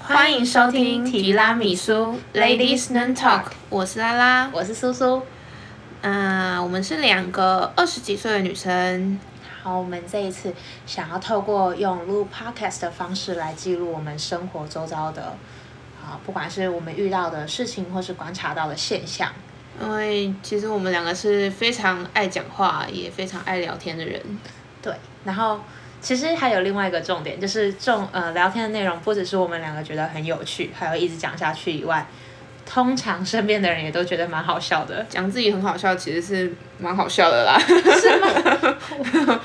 欢迎收听提拉米苏 Ladies Nan Talk，我是拉拉。我是苏苏。啊、我们是两个二十几岁的女生，好，我们这一次想要透过用录 podcast 的方式来记录我们生活周遭的啊，不管是我们遇到的事情，或是观察到的现象。因为其实我们两个是非常爱讲话，也非常爱聊天的人。，对，然后其实还有另外一个重点，就是重呃聊天的内容不只是我们两个觉得很有趣，还有一直讲下去以外，通常身边的人也都觉得蛮好笑的讲自己很好笑，其实是蛮好笑的啦。是吗？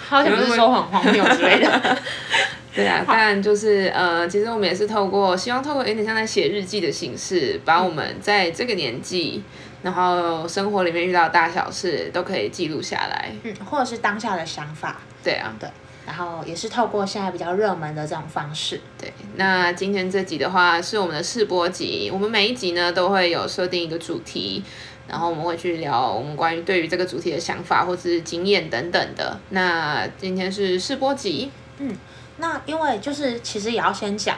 好想不是说很荒谬之类的。 对 啊，当然就是呃，其实我们也是透过，希望透过有点像在写日记的形式，把我们在这个年纪，然后生活里面遇到的大小事都可以记录下来。嗯，或者是当下的想法，对啊，然后也是透过现在比较热门的这种方式。对，那今天这集的话是我们的试播集，我们每一集呢都会有设定一个主题，然后我们会去聊我们关于对于这个主题的想法或是经验等等的。那今天是试播集，那因为就是其实也要先讲，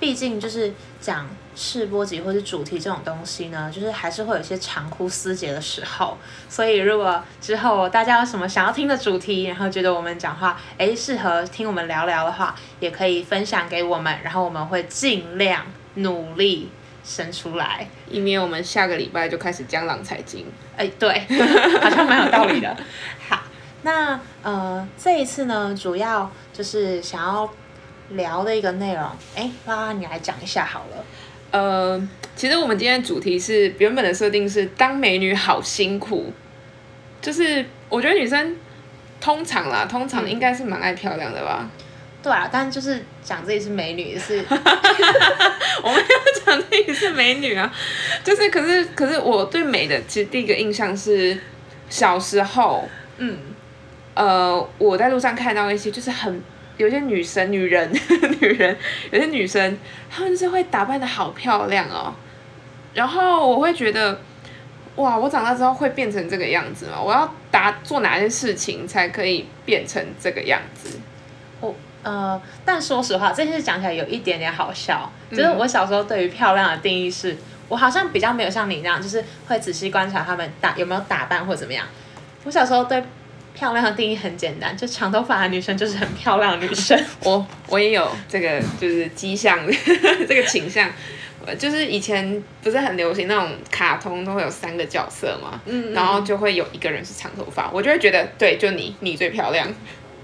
毕竟就是讲试播集或是主题这种东西呢，就是还是会有一些长枯思竭的时候。所以如果之后大家有什么想要听的主题，然后觉得我们讲话诶适合听我们聊聊的话，也可以分享给我们，然后我们会尽量努力生出来。以免我们下个礼拜就开始江郎才尽。哎，对， 好像蛮有道理的。好，那呃，这一次呢，主要就是想要聊的一个内容。哎，拉拉，你来讲一下好了。呃，其实我们今天的主题是原本的设定是当美女好辛苦，就是我觉得女生通常啦，通常应该是蛮爱漂亮的吧。对啊，但就是讲自己是美女是， 我们要讲自己是美女啊，就是可是可是我对美的其实第一个印象是小时候，嗯，呃，我在路上看到一些就是很有些女生、女人、 女人，有些女生她们就是会打扮的好漂亮哦，然后我会觉得。哇！我长大之后会变成这个样子吗？我要达做哪些事情才可以变成这个样子？我呃，但说实话，这件事讲起来有一点点好笑。嗯 就是我小时候对于漂亮的定义是，我好像比较没有像你那样，就是会仔细观察她们打有没有打扮或怎么样。我小时候对漂亮的定义很简单，就长头发的女生就是很漂亮的女生。我我也有这个就是迹象， 这个倾向。呃就是以前不是很流行那种卡通都会有三个角色嘛，嗯然后就会有一个人是长头发，我就会觉得对，就你，你最漂 亮。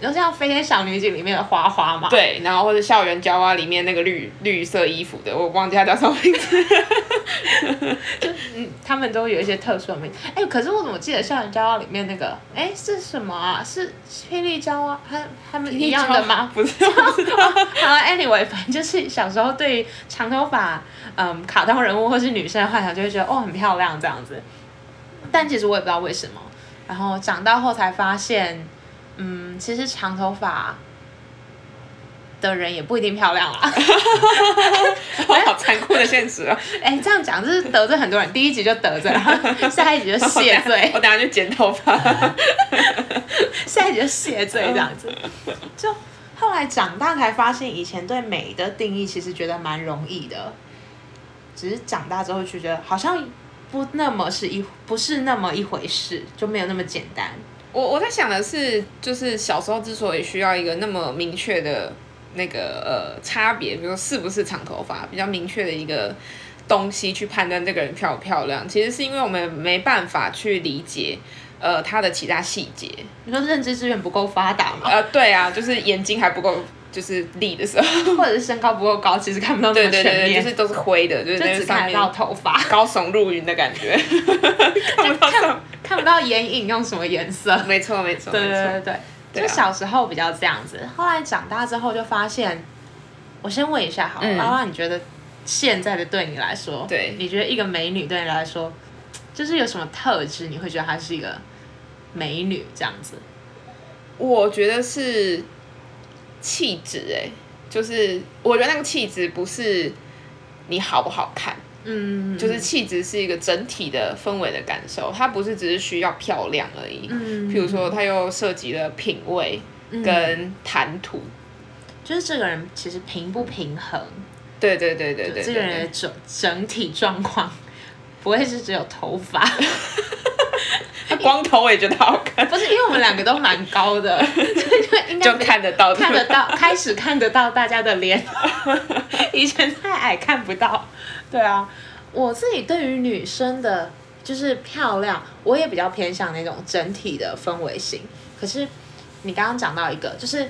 就像《飞天小女警》里面的花花嘛，对，然后或者校园娇娃里面那个绿绿色衣服的，我忘记他叫什么名 字。嗯，他们都有一些特殊的名字。哎、可是我怎么记得《校园骄傲》里面那个，哎、是什么啊？是霹雳娇啊？他他们一样的吗？不是，我不知道。 好了，anyway，反正就是小时候对于长头发，嗯，卡通人物或是女生的幻想，就会觉得哦很漂亮这样子。但其实我也不知道为什么，然后长大后才发现，嗯，其实长头发的人也不一定漂亮啦。哇好残酷的现实哦！哎、这样讲就是得罪很多人，第一集就得罪，然后下一集就谢罪，我等下去剪头发。下一集就谢罪这样子。就后来长大才发现，以前对美的定义其实觉得蛮容易的，只是长大之后就觉得好像不那么是一不是那么一回事，就没有那么简单。我我在想的是，就是小时候之所以需要一个那么明确的那个呃差别，比如说是不是长头发，比较明确的一个东西去判断这个人漂不漂亮，其实是因为我们没办法去理解。呃，他的其他细节，你说认知资源不够发达嘛，呃，对啊，就是眼睛还不够，就是立的时候，或者是身高不够高，其实看不到那对么对全对对，面，就是都是灰的，就是那就只上看得面到头发， 高耸入云的感觉， 看不到上看看不到眼影用什么颜色。没错没错对没错，对对对对，啊就小时候比较这样子，后来长大之后就发现，我先问一下好了，嗯拉拉、你觉得现在的对你来说，对你觉得一个美女对你来说，就是有什么特质你会觉得她是一个美女这样子？我觉得是气质，哎，就是我觉得那个气质不是你好不好看，嗯，就是气质是一个整体的氛围的感受，它不是只是需要漂亮而已。嗯，譬如说，它又涉及了品味嗯跟谈吐，就是这个人其实平不平衡，对对对对对这对个人的对，整整体状况，不会是只有头 发，他光头我也觉得好看，不是因为我们两个都蛮 高的，所以就应该就没看得到， 看得到，开始看得到大家的脸， 以前太矮看不到。对啊，我自己对于女生的，就是漂亮，我也比较偏向那种整体的氛围型。可是你刚刚讲到一个，就是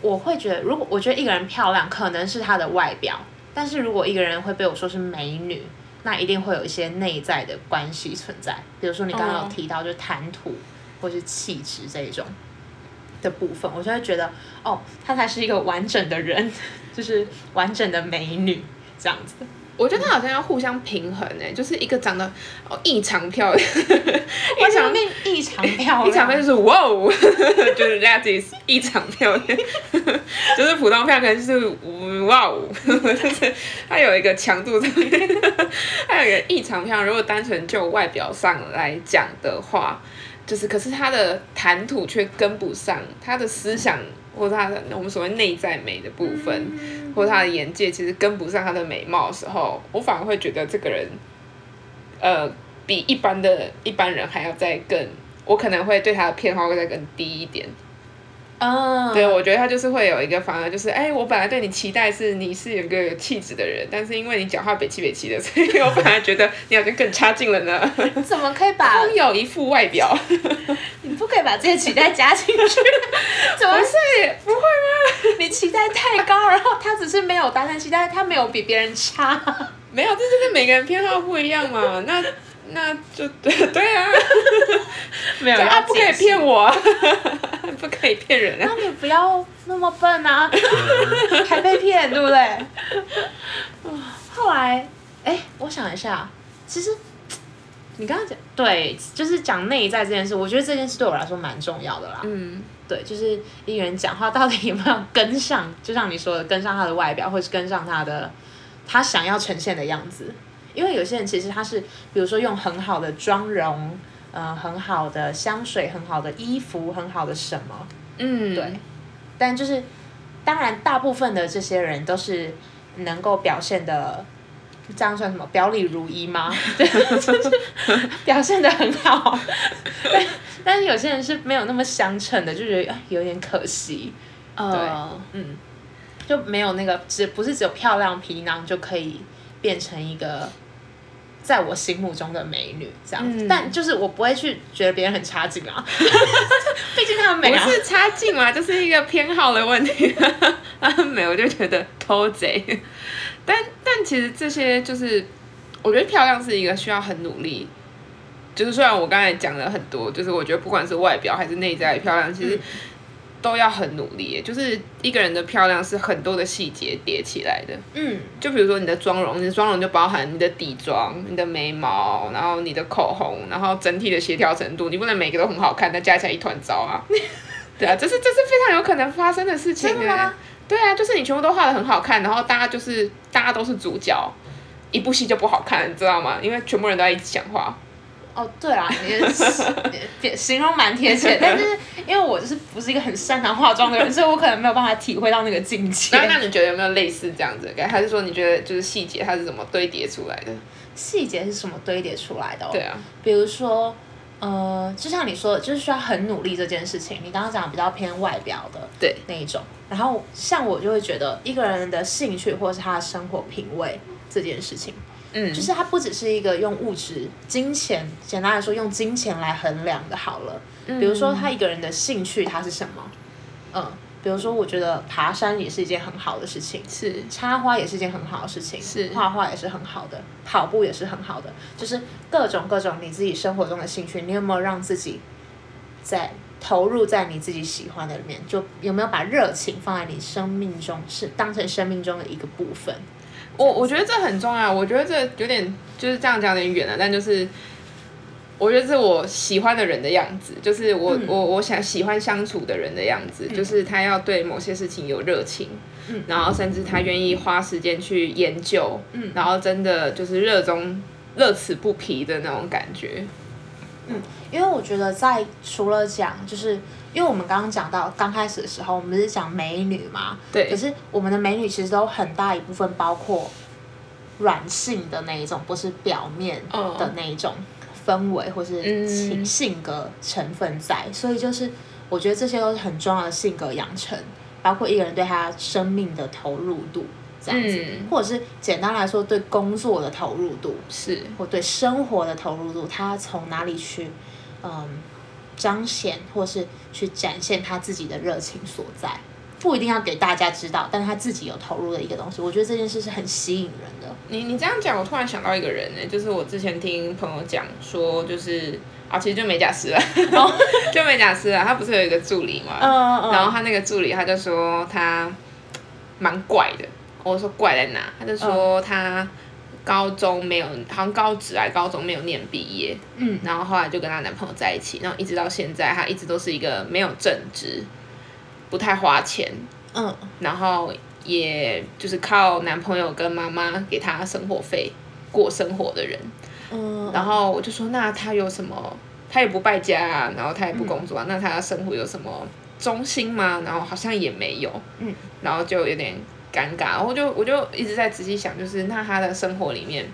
我会觉得，如果我觉得一个人漂亮，可能是她的外表，但是如果一个人会被我说是美女。那一定会有一些内在的关系存在，比如说你刚刚有嗯提到，就是谈吐或是气质这一种。的部分，我就会觉得哦，她才是一个完整的人，就是完整的美女这样子。我觉得他好像要互相平衡诶、就是一个长得哦异常漂亮， 异常面异常漂亮，异常漂亮就是哇哦， 就是人家自己是异常漂亮，就是普通漂亮可能就是嗯哇哦， 就是它有一个强度在，它有一个异常漂亮。如果单纯就外表上来讲的话，就是可是他的谈吐却跟不上他的思想或者他的我们所谓内在美的部分。或者他的眼界其实跟不上他的美貌的时候，我反而会觉得这个人，呃，比一般的一般人还要再更，我可能会对他的偏好会再更低一点。嗯，对，我觉得他就是会有一个反而就是，哎，我本来对你期待是你是有个有气质的人，但是因为你讲话北气北气的， 所以我反而觉得你好像更差劲了 呢。你怎么可以 把拥有一副外 啊 表，你不可以把这些期待加进 去？怎么是对，不会你期待太高，然后他只是没有达成期待，他没有比别人差。没有，这就是每个人偏好不一样嘛。那那就 对啊。没有啊，不可以骗我， 不可以骗人啊！那你不要那么笨啊，嗯还被骗，对不对？后来，哎，我想一下，其实你刚刚讲对，就是讲内在这件事，我觉得这件事对我来说蛮重要的啦。嗯，对，就是一个人讲话到底有没有跟上，就像你说的，跟上他的外表，或是跟上他的他想要呈现的样子。因为有些人其实他是，比如说用很好的妆容，呃，很好的香水，很好的衣服，很好的什么，嗯，对，但就是当然，大部分的这些人都是能够表现的，这样算什么？表里如 一吗？对，就是表现的很好。但但是有些人是没有那么相称的，就觉得啊有点可惜，呃，嗯，就没有那个只不是只有漂亮皮囊就可以变成一个。在我心目中的美女这样子，嗯但就是我不会去觉得别人很差劲 啊，毕竟他们美不啊。是差劲嘛，就是一个偏好的问题。 啊，美，我就觉得偷贼。但但其实这些就是，我觉得漂亮是一个需要很努力。就是虽然我刚才讲了很多，就是我觉得不管是外表还是内在的漂亮，其嗯实都要很努力耶。就是一个人的漂亮是很多的细节叠起来的。嗯，就比如说你的妆容，你的妆容就包含你的底妆、你的眉毛，然后你的口红，然后整体的协调程度，你不能每个都很好看，但加起来一团糟啊。 对啊，这是这是非常有可能发生的事情真的欸吗？对啊，就是你全部都画的很好看，然后大家就是大家都是主角，一部戏就不好看，你知道吗？因为全部人都在一起讲话。哦，对啊，你的别形容蛮贴切，但是因为我就是不是一个很擅长化妆的人，所以我可能没有办法体会到那个境界那。那你觉得有没有类似这样子的感觉？还是说你觉得就是细节它是怎么堆叠出来的？哦细节是什么堆叠出来的、哦？对，啊，比如说，呃，就像你说的，就是需要很努力这件事情。你刚刚讲比较偏外表的对那一种，然后像我就会觉得一个人的兴趣或是他的生活品味这件事情，嗯，就是它不只是一个用物质、金钱，简单来说，用金钱来衡量的。好了，嗯比如说他一个人的兴趣，他是什么？嗯，比如说，我觉得爬山也是一件很好的事情，是插花也是一件很好的事情，是画画也是很好的，跑步也是很好的，就是各种各种你自己生活中的兴趣，你有没有让自己在投入在你自己喜欢的里面？就有没有把热情放在你生命中，是当成生命中的一个部分？我我觉得这很重要，我觉得这有点就是这样讲有点远了，但就是我觉得是我喜欢的人的样子，就是我、嗯我我想喜欢相处的人的样子，嗯就是他要对某些事情有热情，嗯然后甚至他愿意花时间去研究，嗯然后真的就是热衷乐此不疲的那种感觉，因为我觉得在除了讲就是因为我们刚刚讲到刚开始的时候，我们不是讲美女嘛，可对，是我们的美女其实都很大一部分包括软性的那一种，不是表面嗯的那一种氛围或是嗯情性格成分在，所以就是我觉得这些都是很重要的性格养成，包括一个人对他生命的投入度这样子，嗯，或者是简单来说对工作的投入度，是，或对生活的投入度，他从哪里去，嗯，彰显或是去展现他自己的热情所在，不一定要给大家知道，但是他自己有投入的一个东西，我觉得这件事是很吸引人的。你你这样讲，我突然想到一个人呢、欸就是我之前听朋友讲说，就是啊，其实就美甲师啊， 就美甲师啊，他不是有一个助理嘛，哦嗯嗯然后他那个助理他就说他蛮怪的，我说怪在哪？他就说嗯他高中没有，好像高职还高中没有念毕业，嗯，然后后来就跟她男朋友在一起，然后一直到现在，她一直都是一个没有正职，不太花钱，嗯然后也就是靠男朋友跟妈妈给她生活费过生活的人。嗯，然后我就说，那她有什么？她也不败家啊，然后她也不工作啊，那她的生活有什么中心吗？然后好像也没有，嗯，然后就有点尴尬。然后我就我就一直在仔细想，就是那她的生活里面，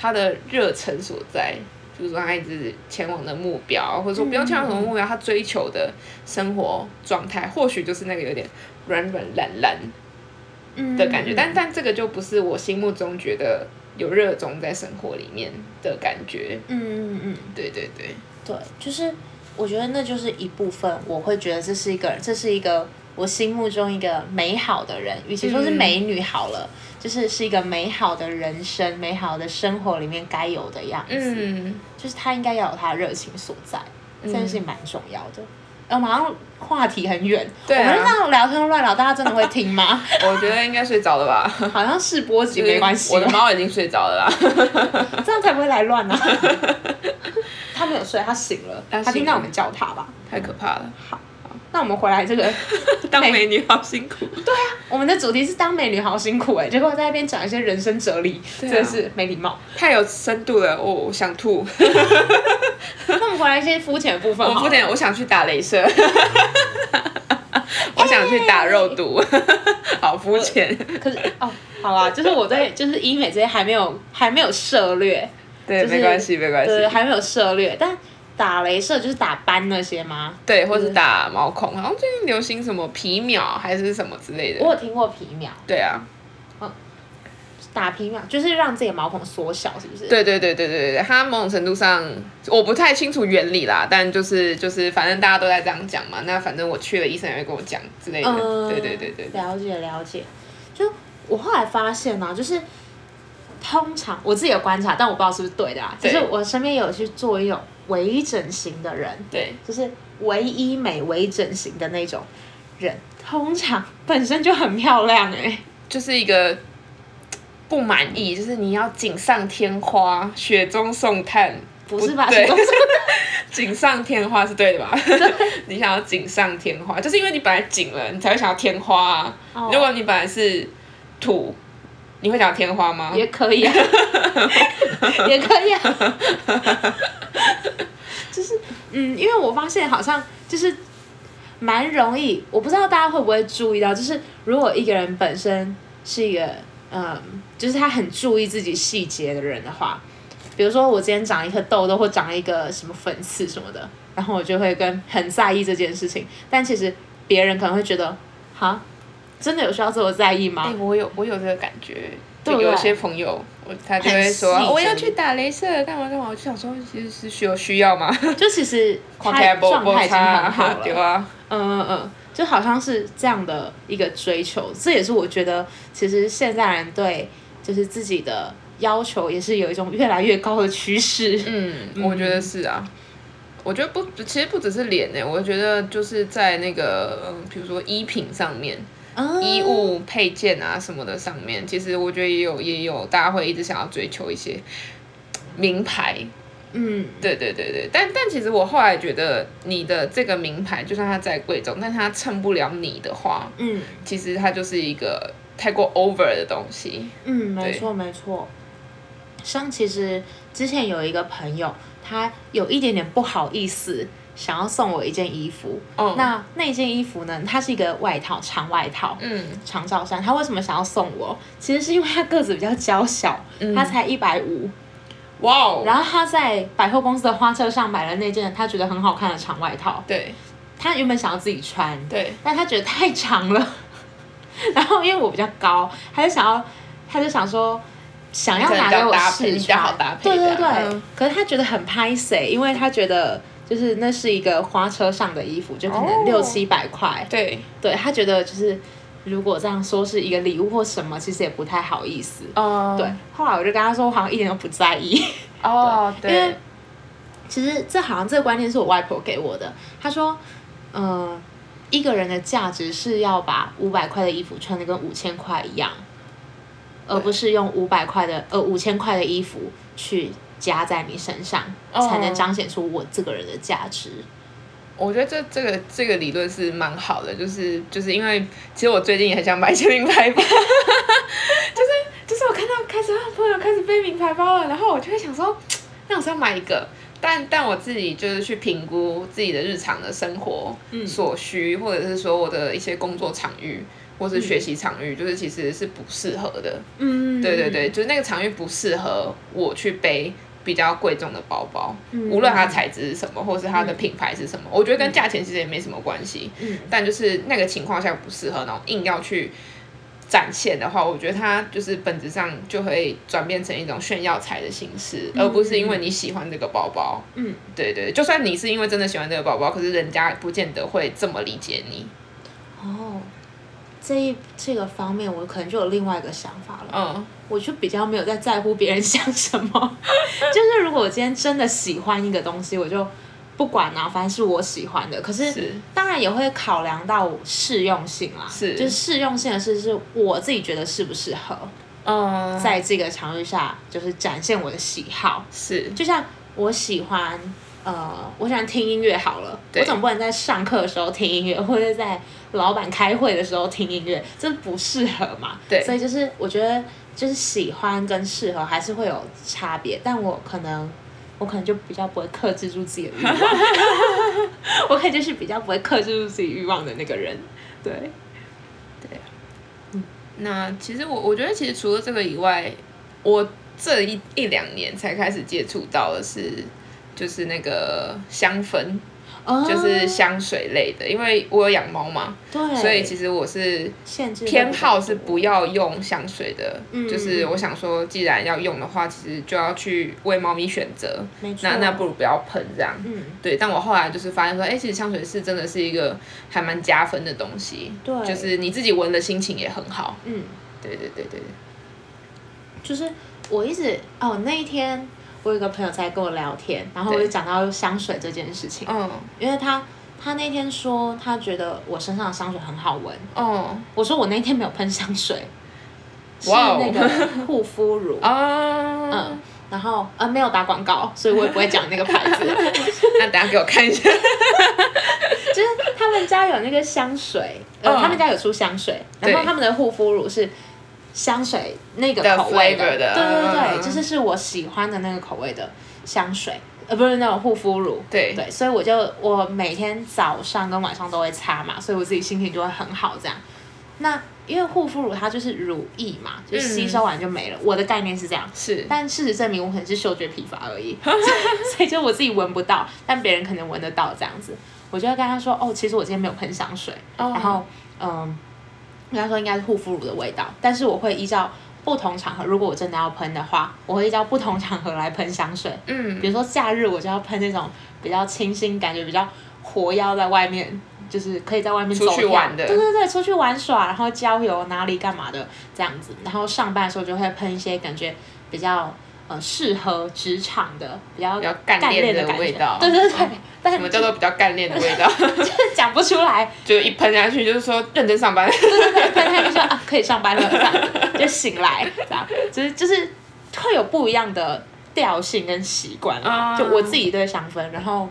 她的热忱所在，就是说她一直前往的目标，或者说不用前往什么目标，她追求的生活状态，或许就是那个有点软软烂烂嗯的感觉。但但这个就不是我心目中觉得有热衷在生活里面的感觉。嗯嗯嗯，对对对，对，就是我觉得那就是一部分，我会觉得这是一个，这是一个我心目中一个美好的人，与其说嗯是美女好了，就是是一个美好的人生、美好的生活里面该有的样子。嗯， 就是他应该要有他的热情所在，这件事情蛮重要的。呃，马上话题很远，对啊我们这样聊天乱聊，大家真的会听吗？ 我觉得应该睡着了吧，好像是波及没关系我的吧，猫已经睡着了 啦。这样才不会来乱呢、啊。 他没有睡，他醒了，他他醒了听到我们叫他吧。太可怕 了，那我们回来这个，当美女好辛苦。我们的主题是当美女好辛苦哎、 结果在那边讲一些人生哲理，对啊真的是没礼貌。 太有深度了，我、我想吐。那我们回来一些肤浅的部分我 好不了，点，我想去打镭 射，我想去打肉毒，哎 好肤 浅。可是哦，好啦，就是我对就是医美这些还没有还没有涉猎，对，就是没关系，没关对，系。还没有涉略，但打镭射就是打斑那些吗？对，或嗯是打毛孔，好像最近流行什么皮秒还是什么之类我的。有听过皮秒，对啊，打皮秒就是让自己的毛孔缩小，是不是？，对对对对对对，它某种程度上我不太清楚原理啦，但就是就是反正大家都在这样讲嘛，那反正我去了，医生也会跟我讲之类的。嗯，对对对对对，了解了解。就我后来发现呢、就是通常我自己有观察，但我不知道是不是对的啊啦。就对是我身边有去做一种微整形的人，对就是唯医美微整形的那种人，通常本身就很漂亮哎、就是一个不满意，就是你要锦上添花，雪中送炭。不是吧？对什么， 锦上添花是对的 吧？ 你想要锦上添花，就是因为你本来锦了，你才会想要添花啊。哦如果你本来是土，你会想要添花吗？也可 以啊，也可以啊。 就是嗯，因为我发现好像就是蛮容易，我不知道大家会不会注意到，就是如果一个人本身是一个嗯，就是他很注意自己细节的人的话，比如说我今天长一颗痘痘或长了一个什么粉刺什么的，然后我就会跟很在意这件事情，但其实别人可能会觉得，哈，真的有需要这么在意吗？哎、我有我有这个感觉，啊对就不有对些朋友，我他就很会细说啊致我要去打镭射，干嘛干嘛，我就想说其实是需有需要吗？就其实看 他起来不状不态已经很好差， 对了，啊，嗯嗯嗯，就好像是这样的一个追求，这也是我觉得其实现在人对就是自己的要求也是有一种越来越高的趋势。嗯，我觉得是啊。我觉得不，其实不只是脸呢、我觉得就是在那个，嗯，比如说衣品上面，嗯，衣物配件啊什么的上面，其实我觉得也有也有，大家会一直想要追求一些名牌。嗯，对对对对，但但其实我后来觉得，你的这个名牌，就算它再贵重，但它衬不了你的话，嗯其实它就是一个太过 over 的东西。嗯，没错没错。像其实之前有一个朋友，他有一点点不好意思想要送我一件衣服，嗯那那件衣服呢，它是一个外套，长外套，嗯长罩衫。他为什么想要送我？其实是因为他个子比较娇小，嗯他才一百五，哇哦，然后他在百货公司的花车上买了那件他觉得很好看的长外套，对他原本想要自己穿，对，但他觉得太长了， 然后因为我比较高，他就想要，他就想说。想要拿给我试你比较穿好搭，配对对对。嗯可是他觉得很拍谁，因为他觉得就是那是一个花车上的衣服，就可哦能六七百块。对，对他觉得就是如果这样说是一个礼物或什么，其实也不太好意思。哦对，后来我就跟他说，我好像一点都不在意。 哦对因为其实这好像这个观念是我外婆给我的。她说，嗯、一个人的价值是要把五百块的衣服穿的跟五千块一样，而不是用五百块的呃五千块的衣服去加在你身上，哦才能彰显出我这个人的价值。我觉得这这个这个理论是蛮好的，就是就是因为其实我最近也很想买一些名牌包， 就是就是我看到开始啊让朋友开始背名牌包了，然后我就会想说，那我是要买一个，但但我自己就是去评估自己的日常的生活嗯所需，或者是说我的一些工作场域或是学习场域，就是其实是不适合的。嗯，对对对，就是那个场域不适合我去背比较贵重的包包，嗯无论它的材质是什么，或是它的品牌是什么，我觉得跟价钱其实也没什么关系。嗯但就是那个情况下不适合，然后硬要去展现的话，我觉得它就是本质上就会转变成一种炫耀财的形式，而不是因为你喜欢这个包包。嗯，对对，就算你是因为真的喜欢这个包包，可是人家不见得会这么理解你。哦，这一这个方面我可能就有另外一个想法了。嗯，我就比较没有在在乎别人 想什么，就是如果我今天真的喜欢一个东西，我就不管啊，反正是我喜欢的。可是是当然也会考量到适用性啦，是就是适用性的事是我自己觉得适不适合，嗯，在这个场域下就是展现我的喜好。是就像我喜欢呃，我喜欢听音乐好了，对我总不能在上课的时候听音乐，或者在老板开会的时候听音乐，这不适合嘛。对所以就是我觉得就是喜欢跟适合还是会有差别，但我可能。我可能就比较不会克制住自己的 欲望，我可能就是比较不会克制住自己欲望的那个人，对，那其实我我觉得，其实除了这个以外，我这一一两年才开始接触到的是，就是那个香氛，哦就是香水类的，因为我有养猫嘛，对，所以其实我是限制偏好是不要用香水的，嗯就是我想说，既然要用的话，其实就要去为猫咪选择，没错，那那不如不要喷这样。嗯，对，但我后来就是发现说，哎、其实香水是真的是一个还蛮加分的东西，对就是你自己闻的心情也很好。嗯，对对对对对。就是我一直哦，那一天我有个朋友在跟我聊天，然后我就对讲到香水这件事情，嗯因为他他那天说他觉得我身上的香水很好闻，嗯我说我那天没有喷香水，是哇哦，那个护肤乳啊嗯，然后呃没有打广告，所以我也不会讲那个牌子，那等下给我看一下。 就是他们家有那个香水，呃，嗯他们家有出香水，然后对他们的护肤乳是香水那个的口味 flavor 的对对嗯对，就是是我喜欢的那个口味的香水，呃，不是那种护肤乳。对对，所以我就我每天早上跟晚上都会擦嘛，所以我自己心情就会很好这样。那因为护肤乳它就是乳液嘛，就是嗯吸收完就没了。我的概念是这样，是但事实证明我可能是嗅觉疲乏 而已，所以所以就我自己闻不到，但别人可能闻得到这样子。我就会跟他说，哦，其实我今天没有喷香水，哦然后嗯，跟他说应该是护肤乳的味道，但是我会依照不同场合，如果我真的要喷的话，我会依照不同场合来喷香水。嗯比如说假日我就要喷那种比较清新，感觉比较活跃，在外面就是可以在外面出走去跳玩的对对对，出去玩耍，然后郊游哪里干嘛的这样子，然后上班的时候就会喷一些感觉比较呃适合职场的比较比较干练练的感觉味道哦对对对，但什么叫做比较干练的味道？ 就是 讲不出来，就一喷下去就是说认真上班。对，但他就说啊可以上班了，这样子就醒来，这样就是就是会有不一样的调性跟习惯啦啊就我自己对香氛，然后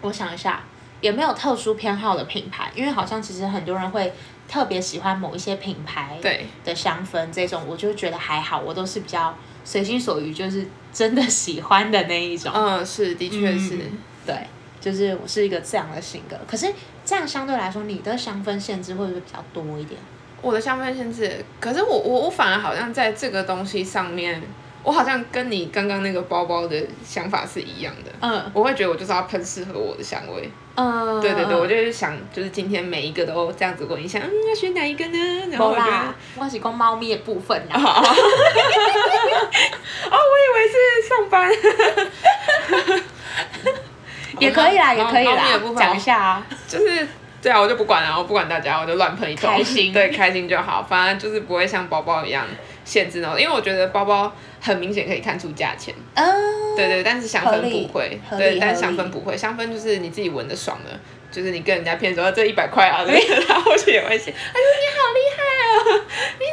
我想一下，也没有特殊偏好的品牌，因为好像其实很多人会特别喜欢某一些品 牌对，的香氛这种，我就觉得还好，我都是比较随心所欲，就是真的喜欢的那一种。哦嗯，是，的确是。嗯对，就是我是一个这样的性格。可是这样相对来说，你的香氛限制会不会比较多一点？我的香氛限制，可是我我我反而好像在这个东西上面，我好像跟你刚刚那个包包的想法是一样的。嗯我会觉得我就是要喷适合我的香味，嗯，对对对，我就是想，就是今天每一个都这样子闻一下，嗯，要选哪一个呢？然后没我觉得，嗯啦，我是讲猫咪的部分 啊哦，啦。我以为是上班， 也可以啦，也可以猫猫咪啦的部，分讲一下啊。就是对啊，我就不管了，我不管大家，我就乱喷一通，开心对，开心就好，反正就是不会像包包一样限制那种，因为我觉得包包很明显可以看出价钱，嗯，对对，但是香合氛理不会，合理对，但是合香理氛不会，香氛就是你自己闻的爽了。就是你跟人家骗说这一百块啊，对， 他后续也会写，哎呦你好厉害哦，你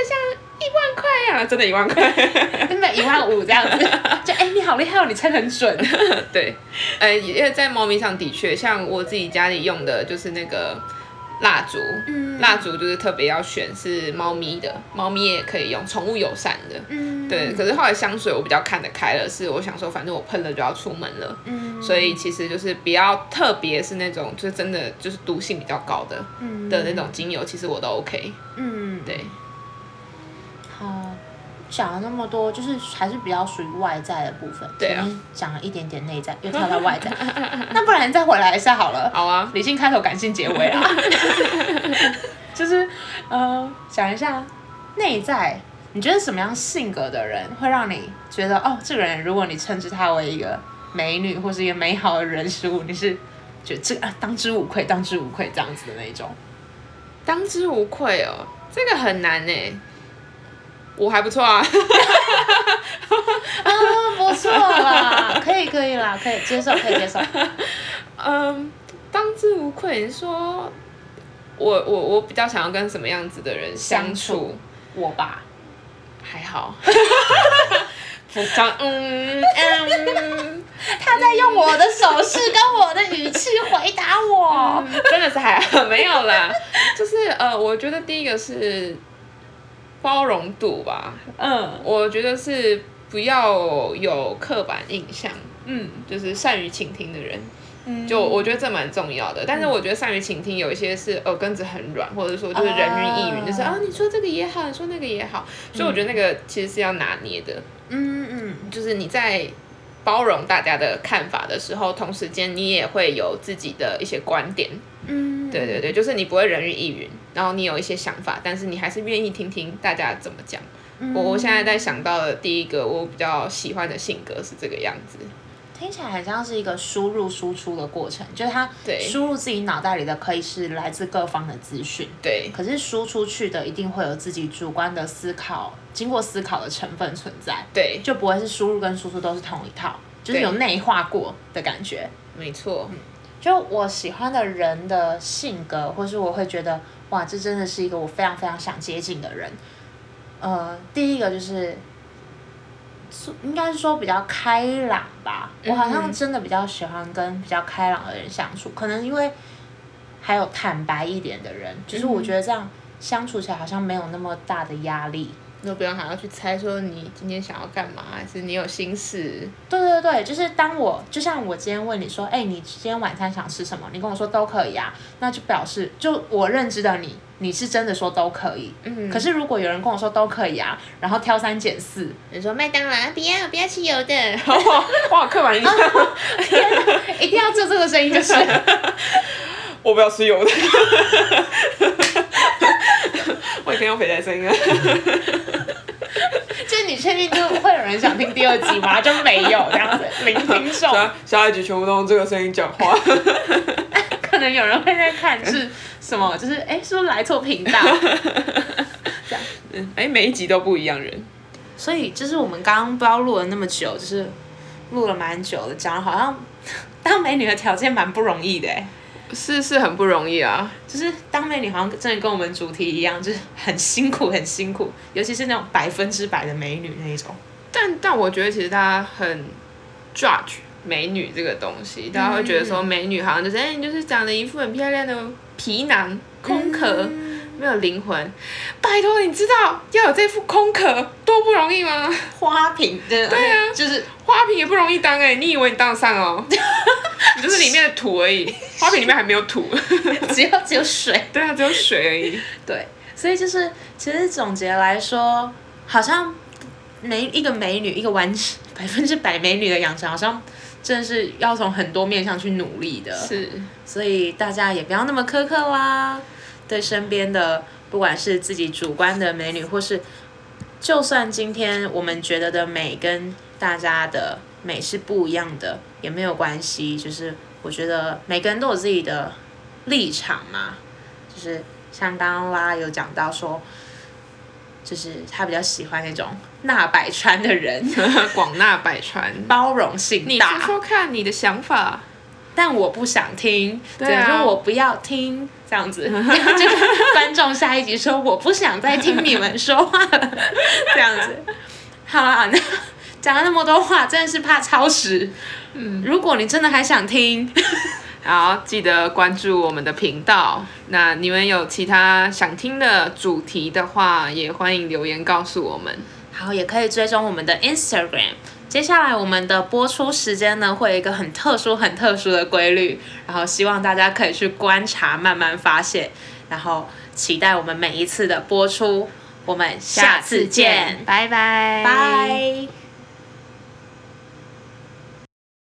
怎么喷的像一万块啊？真的，一万块。 根本一万五这样子， 就哎、你好厉害哦，你猜得很准。对，呃，因为在猫咪上的确，像我自己家里用的就是那个蜡烛，嗯蜡烛就是特别要选是猫咪的，猫咪也可以用，宠物友善的。嗯，对，可是后来香水我比较看得开了，是我想说，反正我喷了就要出门了，嗯所以其实就是比较特别是那种就是真的就是毒性比较高的嗯的那种精油，其实我都 OK。嗯，对，好，讲了那么多，就是还是比较属于外在的部分。对啊前面讲了一点点内在，又跳到外在，那不然再回来一下好了。好啊，理性开头，感性结尾啊。 就是呃，讲一下内在，你觉得什么样性格的人会让你觉得哦，这个人如果你称之他为一个美女或是一个美好的人事物，你是觉得这个、啊、当之无愧，当之无愧这样子的那一种。当之无愧哦，这个很难呢、我还不错啊。 啊，不错啦，可以可以啦，可以接受，可以 接受。嗯，当之无愧。你说我我我比较想要跟什么样子的人相相处？处我吧，还好，不当嗯嗯他在用我的手势跟我的语气回答我。嗯，真的是还好，没有啦。就是呃，我觉得第一个是包容度吧，嗯我觉得是不要有刻板印象，嗯就是善于倾听的人。嗯，就我觉得这蛮重要的，但是我觉得善于倾听，有一些是耳根子很软，或者说就是人云亦云，啊就是啊你说这个也好，你说那个也好，所以我觉得那个其实是要拿捏的，嗯嗯。就是你在包容大家的看法的时候，同时间你也会有自己的一些观点，嗯，对对对，就是你不会人云亦云，然后你有一些想法，但是你还是愿意听听大家怎么讲。嗯我我现在在想到的第一个我比较喜欢的性格是这个样子，听起来很像是一个输入输出的过程，就是它对输入自己脑袋里的可以是来自各方的资讯，对可是输出去的一定会有自己主观的思考，经过思考的成分存在，对，就不会是输入跟输出都是同一套，就是对有内化过的感觉。没错，就我喜欢的人的性格，或是我会觉得哇，这真的是一个我非常非常想接近的人。呃，第一个就是，是应该是说比较开朗吧。我好嗯像哼真的比较喜欢跟比较开朗的人相处，可能因为还有坦白一点的人，就是我觉得这样相处起来好像没有那么大的压力。都不用还要去猜说你今天想要干嘛，还是你有心事。对对对，就是当我就像我今天问你说，哎，你今天晚餐想吃什么？你跟我说都可以啊，那就表示就我认知的你，你是真的说都可以。嗯可是如果有人跟我说都可以啊，然后挑三拣四，你说麦当劳不要不要吃油的， 哦哇，哇，刻板印象，一定要做这个声音，就是 我不要吃油的。 我也可以用肥仔声音啊。就是你确定就会有人想听第二集吗？就没有这样子，零听众，下一集全部都用这个声音讲话。可能有人会在看是什么，就是哎，是不是来错频道？ 哎、每一集都不一样人。所以就是我们刚刚不知道录了那么久，就是录了蛮久的，讲得好像当美女的条件蛮不容易的欸，是是很不容易啊，就是当美女好像真的跟我们主题一样，就是很辛苦很辛苦，尤其是那种百分之百的美女那一种。但但我觉得其实大家很 judge 美女这个东西，大家会觉得说美女好像就是哎、你就是长得一副很漂亮的皮囊空壳。没有灵魂，拜托，你知道要有这副空壳多不容易吗？花瓶的，对啊，就是欸花瓶也不容易当哎、你以为你当得上哦？ 就是里面的土而已，花瓶里面还没有土。 只有只有水。对啊，只有水而已。对，所以就是其实总结来说，好像美一个美女，一个完百分之百美女的养成，好像真的是要从很多面向去努力的。是，所以大家也不要那么苛刻啦，对身边的不管是自己主观的美女，或是就算今天我们觉得的美跟大家的美是不一样的，也没有关系。就是我觉得每个人都有自己的立场嘛，就是像刚刚啦有讲到说。就是他比较喜欢那种纳百川的人， 广纳百川。包容性你大。说说看你的想法，但我不想听，对啊就我不要听这样子，就观众下一集说我不想再听你们说话了，这样子。好啦，那讲了那么多话，真的是怕超时。嗯，如果你真的还想听，好，记得关注我们的频道。那你们有其他想听的主题的话，也欢迎留言告诉我们。好，也可以追踪我们的 Instagram。接下来我们的播出时间呢，会有一个很特殊、很特殊的规律，然后希望大家可以去观察，慢慢发现，然后期待我们每一次的播出。我们下次见，拜拜，拜。